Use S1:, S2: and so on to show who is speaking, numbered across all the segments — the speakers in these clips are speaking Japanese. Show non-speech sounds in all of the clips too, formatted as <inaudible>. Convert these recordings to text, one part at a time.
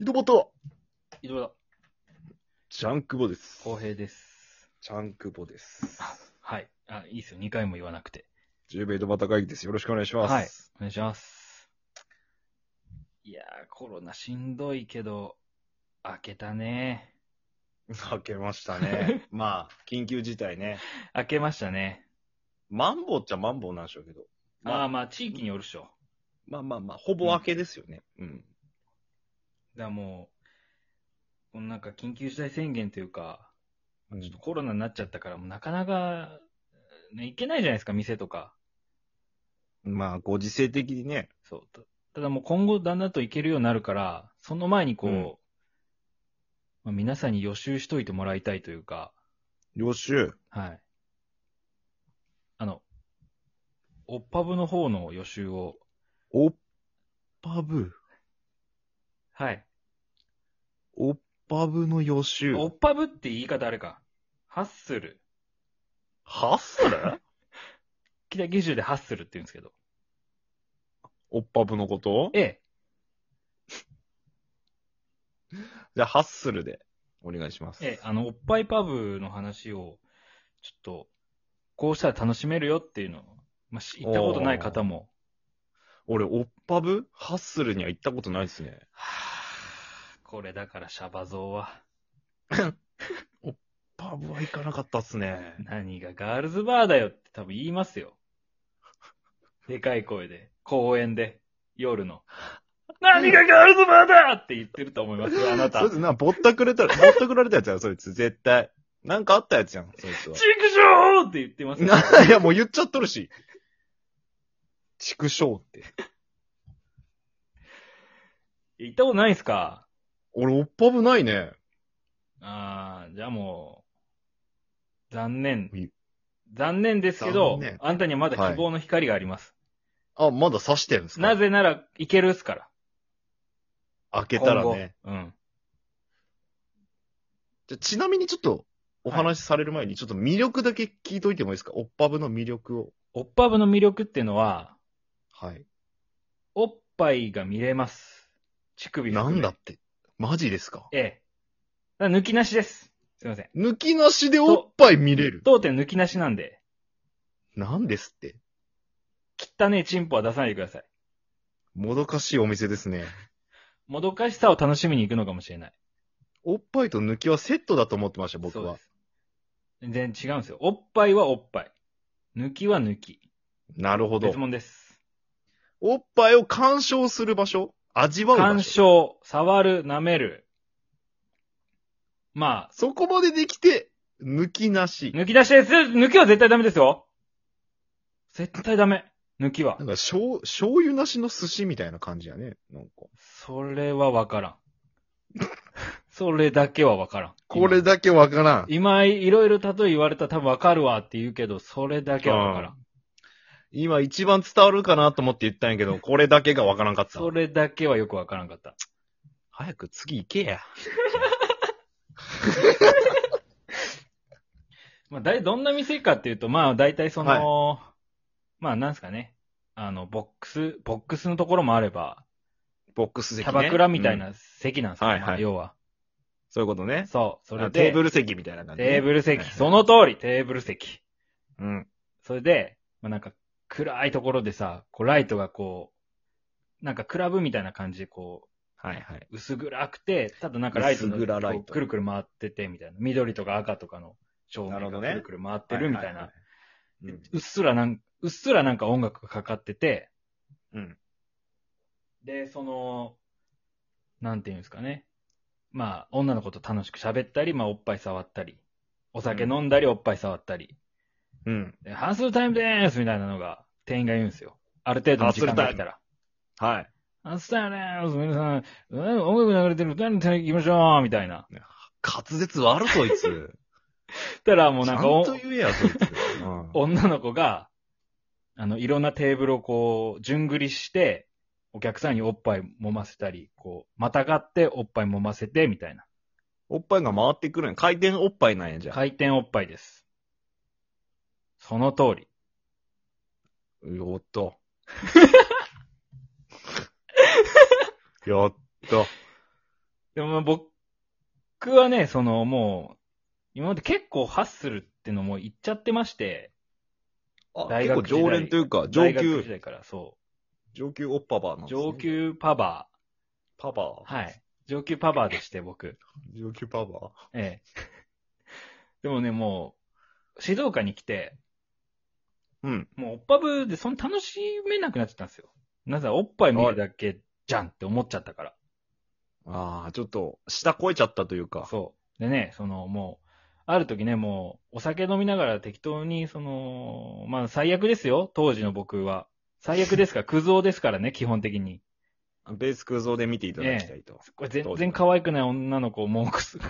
S1: 井戸端、
S2: いろいろ、
S1: ジャンクボです。
S2: 公平です。
S1: ジャンクボです。
S2: はい。あ、いいですよ。2回も言わなくて。
S1: 10名井戸端会議です。よろしくお願いします。
S2: はい。お願いします。いやー、コロナしんどいけど、開けたね。
S1: 開けました <laughs> ね。まあ、緊急事態ね。
S2: 開けましたね。
S1: マンボウっちゃマンボウなんでしょうけど。
S2: あ
S1: ま
S2: あ、
S1: あ、
S2: まあ、地域によるっしょ。
S1: まあまあまあ、ほぼ明けですよね。うん。
S2: だからもう、このなんか緊急事態宣言というか、
S1: うん
S2: ちょっとコロナになっちゃったから、もうなかなか、ね、行けないじゃないですか、店とか。
S1: まあ、ご時世的にね。
S2: そう。たただもう今後だんだんと行けるようになるから、その前にこう、
S1: うん
S2: まあ、皆さんに予習しといてもらいたいというか、
S1: 予習。
S2: はい。あの、オッパブの方の予習を、
S1: おっぱぶ。
S2: はい。
S1: おっぱぶの予習。
S2: オッパブって言い方あれか。ハッスル。
S1: ハッスル
S2: 北九州でハッスルって言うんですけど。
S1: <laughs> おっぱぶのこと
S2: ええ。
S1: じゃあ、ハッスルでお願いします。
S2: ええ、あの、おっぱいパブの話を、ちょっと、こうしたら楽しめるよっていうのを、まあ、し行ったことない方も、
S1: 俺、おっぱぶハッスルには行ったことないですね。
S2: はぁこれだからシャバゾウは、
S1: パブは行かなかったっすね。
S2: 何がガールズバーだよって多分言います
S1: <laughs>
S2: よ。でかい声で、公園で、夜
S1: <laughs>
S2: の。何がガールズバーだって言ってると思います
S1: <laughs>
S2: よ、あなた。
S1: そい
S2: ちく
S1: つな、ぼったくれたら、ぼったくられたやつやろ、そいつ、絶対。なんかあったやつやん、そいつは
S2: し。ょうって言ってますよ。
S1: な、いや、もう言っちゃっとるし。畜生って。
S2: 行ったことないですか
S1: 俺、おっぱぶないね。
S2: あー、じゃあもう、残念
S1: い。
S2: 残念ですけど
S1: 残念、
S2: あんたにはまだ希望の光があります。
S1: あ、まだ刺してるんですか
S2: なぜなら、いけるっすから。
S1: 開けたらね。
S2: 今後。うん。
S1: じゃちなみにちょっと、お話しされる前に、ちょっと魅力だけ聞いといてもいいですかおっぱぶの魅力を。
S2: オッパブの魅力っていうのは、
S1: はい。
S2: おっぱいが見れます。乳首
S1: な
S2: 含め
S1: んだって。マジですか
S2: ええ。だから抜きなしです。すいません。
S1: 抜きなしでおっぱい見れる。
S2: 当店抜きなしなんで、
S1: なんですって。
S2: 汚ねえチンポは出さないでください。
S1: もどかしいお店ですね。
S2: もどかしさを楽しみに行くのかもしれない。
S1: おっぱいと抜きはセットだと思ってました、僕
S2: そう
S1: は
S2: で。す。全然違うんですよ。おっぱいはおっぱい。抜きは抜き。
S1: なるほど
S2: 別。物です。
S1: おっぱいを鑑賞する場所味わう場所
S2: 干渉、触る、舐める。まあ、
S1: そこまでできて、抜きなし。
S2: 抜き出しです。抜きは絶対ダメですよ。絶対ダメ。抜きは
S1: なん。か、醤、醤油なしの寿司みたいな感じやね。なんか。
S2: それはわからん。それだけはわからん。
S1: これだけわからん。
S2: 今、いろいろ例え言われたら多分わかるわって言うけど、それだけはわから。
S1: うん今一番伝わるかなと思って言ったんやけど、これだけがわからんかった。
S2: それだけはよくわからんかった。
S1: 早く次行けや。
S2: まあ、だい、どんな店かっていうと、まあ、大体その、まあ、なんすかね。あの、ボックス、ボックスのところもあれば、
S1: ボックス席、ね。
S2: キャバクラみたい
S1: うん
S2: な席なんですよ、
S1: はいはい
S2: まあ要は。
S1: そういうことね。
S2: そう、それで、
S1: テーブ
S2: ル、
S1: ル席みたいな感じね、
S2: テーブル席、
S1: はいはい
S2: その通り、テーブル席。
S1: うん。
S2: それで、まあ、なんか、暗いところでさ、こう、ライトがこう、なんかクラブみたいな感じでこう、
S1: はいはい。
S2: 薄暗くて、ただなんかライトが
S1: 薄暗ライト
S2: こうくるくる回ってて、みたいな。緑とか赤とかの照
S1: なる
S2: 明
S1: ほど
S2: が
S1: ね
S2: くるくる回ってるみたい
S1: は
S2: な
S1: は。はいはい。
S2: うっすらなん、うっすらなんか音楽がかかってて、
S1: うん。うん。
S2: で、その、なんていうんですかね。まあ、女の子と楽しく喋ったり、まあ、おっぱい触ったり、お酒飲んだり、おっぱい触ったり、
S1: うん。
S2: でハッスルタイムでーすみたいなのが、店員が言うんですよ。ある程度の時間が来たら。
S1: はい。
S2: ハッスルタイムでーす皆さん、うん音楽流れてる歌に手に行きましょうみたい
S1: <laughs>
S2: な。
S1: 滑舌悪そいつ。
S2: したら <laughs> もうなんかお
S1: ちゃんと言えや、そいつ。うん
S2: 女の子が、あの、いろんなテーブルをこう、順繰りして、お客さんにおっぱい揉ませたり、こう、またがっておっぱい揉ませて、みたいな。
S1: おっぱいが回ってくるんや。回転おっぱいなんや、じゃあ。
S2: 回転おっぱいです。その通り。
S1: よっ
S2: <laughs>
S1: と。やっと。
S2: でも僕はね、そのもう、今まで結構ハッスルってのも言っちゃってまして、
S1: あ、
S2: 大
S1: 結
S2: 学
S1: 構
S2: 時代
S1: 常連というか、上
S2: 大学時
S1: 級、
S2: 代からそ
S1: 上級オッパバーなん
S2: う、
S1: です、ね。
S2: 上。級パバ
S1: パバ
S2: ー。
S1: ー。
S2: はい。上級パバーでして、僕。
S1: 上級パバー。
S2: ええ。 <laughs> でもね、もう、静岡に来て、
S1: うん。
S2: もう、オッパブでそんな楽しめなくなっちゃったんですよ。なぜおっぱい見るだけじゃんって思っちゃったから。
S1: ああ、ちょっと、下超えちゃったというか。
S2: そう。でね、その、もう、ある時ね、もう、お酒飲みながら適当に、その、まあ、最悪ですよ、当時の僕は。最
S1: <laughs>
S2: 悪ですから、クズ男ですからね、基本的に。
S1: ベース空想で見ていただきたいと。
S2: これ全
S1: 当時
S2: 然
S1: の
S2: 可愛くない女の子をもうクズ。 <laughs>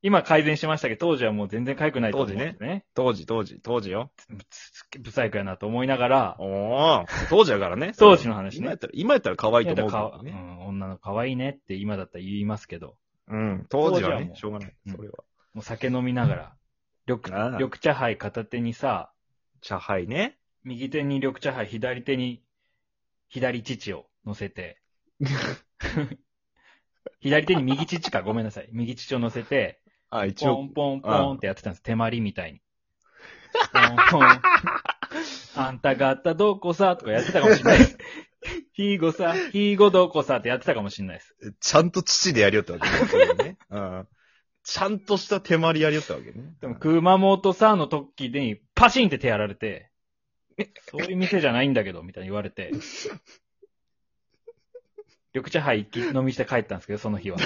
S2: 今改善しましたけど、当時はもう全然可愛くないと思うんですね。
S1: 当時、当時、当時よ。
S2: ぶつ不細工やなと思いながら、。
S1: おお当時やからね
S2: <laughs> 当時の話ね
S1: 今やったら、今やったら可愛いと思うか
S2: いやだからら
S1: ね。
S2: うん女の可愛いねって今だったら言いますけど、
S1: うん。当時は
S2: 当時は
S1: ね
S2: も、う
S1: しょうがない。
S2: うん
S1: それは。
S2: もう酒飲みながら、緑、
S1: ああ
S2: 緑茶杯片手にさ、
S1: 茶杯ね。
S2: 右手に緑茶杯、左手に左乳を乗
S1: <laughs>
S2: せて、左手に右乳か、ごめんなさい。右乳を乗せて、
S1: あ、一
S2: ポン
S1: 応、
S2: ポンポンってやってたんです。手まりみたいに。ポンポン。あんたがあったどこさとかやってたか
S1: <laughs>
S2: もしれないです。ひーごさ、ひーごどこさってやってたかもしれないです。
S1: ちゃんと父でやりよった <laughs> わけね。それねうん。ちゃんとした手まりやりよったわけね。
S2: でも、熊本さんの時に、パシンって手やられて、そういう店じゃないんだけど、みたいに言わ
S1: <laughs>
S2: れて、緑茶杯一気飲みして帰ったんですけど、その日は。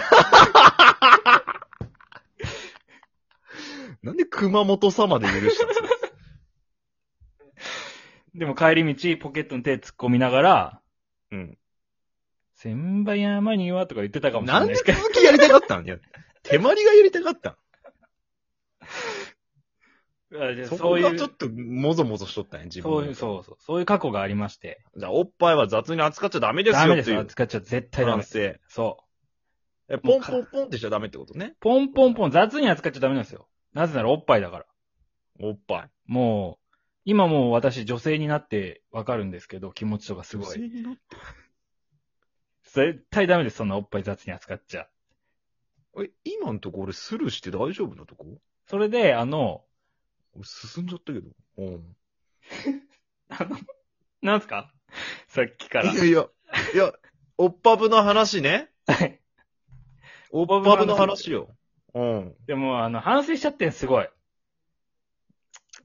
S1: なんで熊本様で許したんですか
S2: でも帰り道、ポケットに手突っ込みながら、
S1: うん。
S2: 千葉山にはとか言ってたかもしれ
S1: な
S2: なんい
S1: で
S2: ですけど、
S1: 続きやりたかったんいや。手まりがやりたかったん
S2: あじゃあ
S1: そ
S2: そ
S1: こ
S2: うい
S1: がちょ
S2: う
S1: っ、ともぞもぞしとったんや、自分の
S2: そういう、そうそう、そういう過去がありまして、
S1: じゃあ、おっぱいは雑に扱っちゃダメです
S2: ダメ
S1: よ
S2: で
S1: って
S2: す
S1: い
S2: よ、
S1: う。
S2: 扱っちゃ絶対ダ
S1: 反
S2: メです。
S1: 省。え
S2: そ
S1: ポンポンポンってしちゃダメってことね
S2: う。。ポンポンポン、雑に扱っちゃダメなんですよ。なぜならおっぱいだから。
S1: おっぱい。
S2: もう、今もう私女性になってわかるんですけど、気持ちとかすごい。
S1: い。
S2: 絶対ダメです、そんなおっぱい雑に扱っちゃ。
S1: え、今のとこ俺スルーして大丈夫なとこ
S2: それで、あの、
S1: 俺進んじゃったけど。うん。
S2: あの、なんすか <laughs> さっきか
S1: い
S2: ら。 <laughs>
S1: やいや、いや、おっぱぶの話ね。
S2: はい
S1: おっぱぶの話よ。うん。
S2: でも、あの、反省しちゃってん、すごい。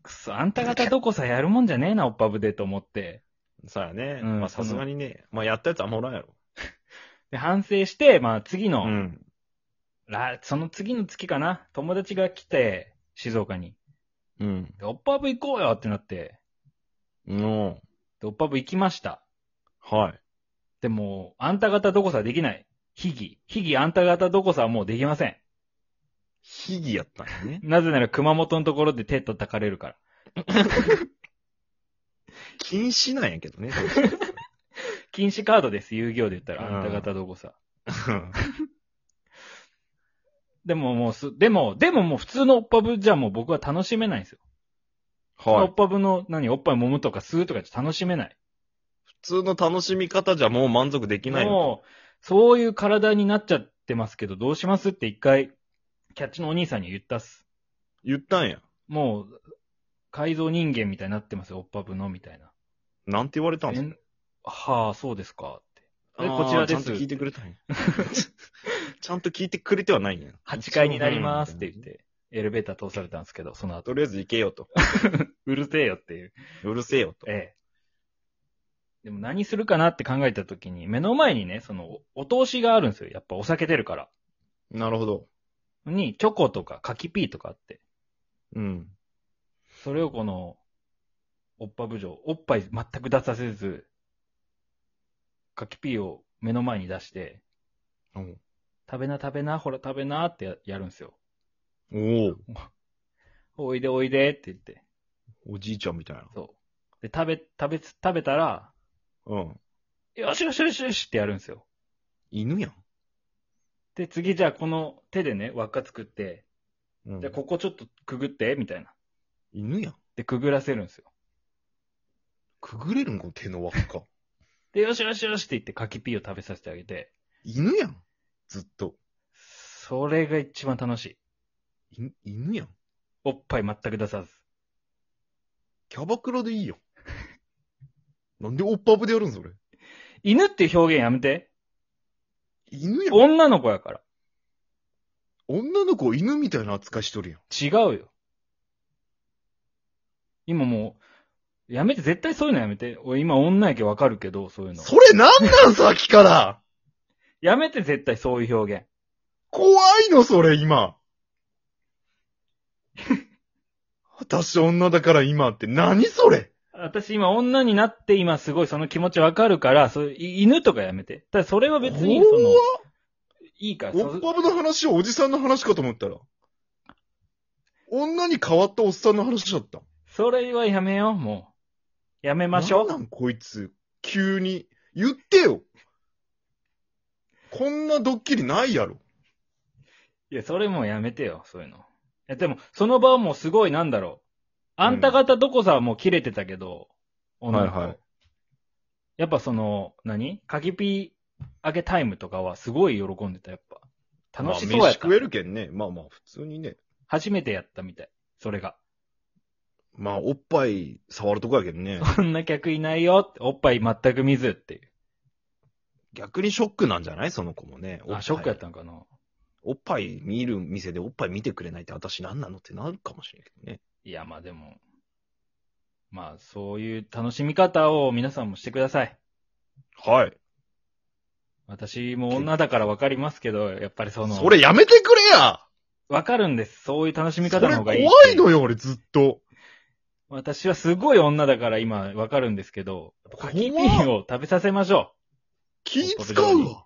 S2: くそ、あんた方どこさやるもんじゃねえな、おっぱぶでと思って。
S1: さあね。
S2: うん
S1: まあさすがにね。まあやったやつあんまおらんやろ。
S2: で、反省して、まあ、次の、
S1: ん。
S2: らその次の月かな、友達が来て、静岡に。
S1: うん。
S2: で、おっぱぶ行こうよってなって、
S1: うん。
S2: で、おっぱぶ行きました。
S1: はい。
S2: でも、あんた方どこさできない。秘技。秘技あんた方どこさはもうできません。。
S1: 秘技やったんやね
S2: なぜなら熊本のところで手叩かれるから。
S1: <laughs> 禁止なんやけ <laughs> どね。
S2: 禁止カードです、遊戯王で言った
S1: うん
S2: ら。あんた方どこさ。
S1: うん
S2: でももうす、でも、でももう普通のオッパブじゃもう僕は楽しめないんですよ。オッ
S1: はい。
S2: パブの、何、おっぱい揉むとか吸うとかじゃ楽しめない。
S1: 普通の楽しみ方じゃもう満足できないのか
S2: もう、そういう体になっちゃってますけど、どうしますって一回、キャッチのお兄さんに言ったっす。
S1: 言ったんや。
S2: もう、改造人間みたいになってますよ、オッパブの、みたいな。
S1: なんて言われたんです
S2: え
S1: か
S2: んはあ、そうですか、って。え
S1: あー
S2: こちらです
S1: ちゃんと聞いてくれたん <laughs> や。ちゃんと聞いてくれてはないんや。
S2: 8階になりますって言って、エレベーター通されたんですけど、その後、
S1: とりあえず行けよと。
S2: うるせえよっていう。
S1: うるせえよと。
S2: ええ。でも何するかなって考えた時に、目の前にね、その、お通しがあるんですよ。やっぱお酒出るから。
S1: なるほど。
S2: に、チョコとか柿ピーとかあって。
S1: うん。
S2: それをこの、おっぱ部長、おっぱい全く出させず、柿ピーを目の前に出して、
S1: うん
S2: 食べな食べな、ほら食べなってややるんですよ。
S1: お
S2: おいでおいでって言って。
S1: お、おじいちゃんみたいな。
S2: そう。で、食べ、食べつ、食べたら、
S1: うん。
S2: よしよしよしよしってやるんですよ。
S1: 犬やん。
S2: で、次じゃあこの手でね、輪っか作って、
S1: うん
S2: じゃあここちょっとくぐって、みたいな。
S1: 犬やん。
S2: で、くぐらせるんですよ。
S1: くぐれるんか、手の輪っか。
S2: で、よしよしよしって言って柿ピーを食べさせてあげて、
S1: 犬やん。ずっと。
S2: それが一番楽しい。
S1: い犬やん。
S2: おっぱい全く出さず。
S1: キャバクラでいいやん。なんでオッパブでやるんそれ。
S2: 犬っていう表現やめて。
S1: 犬やん。
S2: 女の子やから。
S1: 女の子を犬みたいな扱いしとるやん。
S2: 違うよ。今もう、やめて、絶対そういうのやめて。俺今女やけわかるけど、そういうの。
S1: それなんなんさっきから
S2: やめて、絶対そういう表現。
S1: 怖いのそれ今。私女だから今って何それ
S2: 私今女になって今すごいその気持ちわかるから、そうい犬とかやめて。ただそれは別に、その、いいから。
S1: オッ
S2: そ
S1: パブの話をおじさんの話かと思ったら。女に変わったおっさんの話だった。
S2: それはやめよう、もう。やめましょ
S1: なん
S2: う。
S1: なんこいつ、急に。言ってよ。こんなドッキリないやろ。
S2: いや、それもうやめてよ、そういうの。いや、でも、その場はもうすごいなんだろう。あんた方どこさはもう切れてたけど、女の子
S1: はいはい
S2: やっぱその、何かきピー揚げタイムとかはすごい喜んでた、やっぱ。楽しそう
S1: まあ、
S2: や
S1: 飯
S2: った。
S1: 食えるけんね。まあまあ、普通にね。
S2: 初めてやったみたい。それが。 <laughs>
S1: まあ、おっぱい触るとこやけんね。
S2: こんな客いないよって、おっぱい全く見ずっていう。
S1: 逆にショックなんじゃないその子もね。おっぱ
S2: あ、
S1: い
S2: ショックやったんかな。
S1: おっぱい見る店でおっぱい見てくれないって私何なのってなるかもしれんけどね。
S2: いや、まあでも、まあそういう楽しみ方を皆さんもしてください。
S1: はい。
S2: 私も女だからわかりますけど、やっぱりその、
S1: それやめてくれや
S2: わかるんです。そういう楽しみ
S1: そ
S2: 方
S1: れ
S2: の方
S1: 怖
S2: がいい
S1: い
S2: ってう
S1: のよ、俺ずっと。
S2: 私はすごい女だから今わかるんですけど、やっぱカキピンを食べさせましょう。
S1: 気使うわ。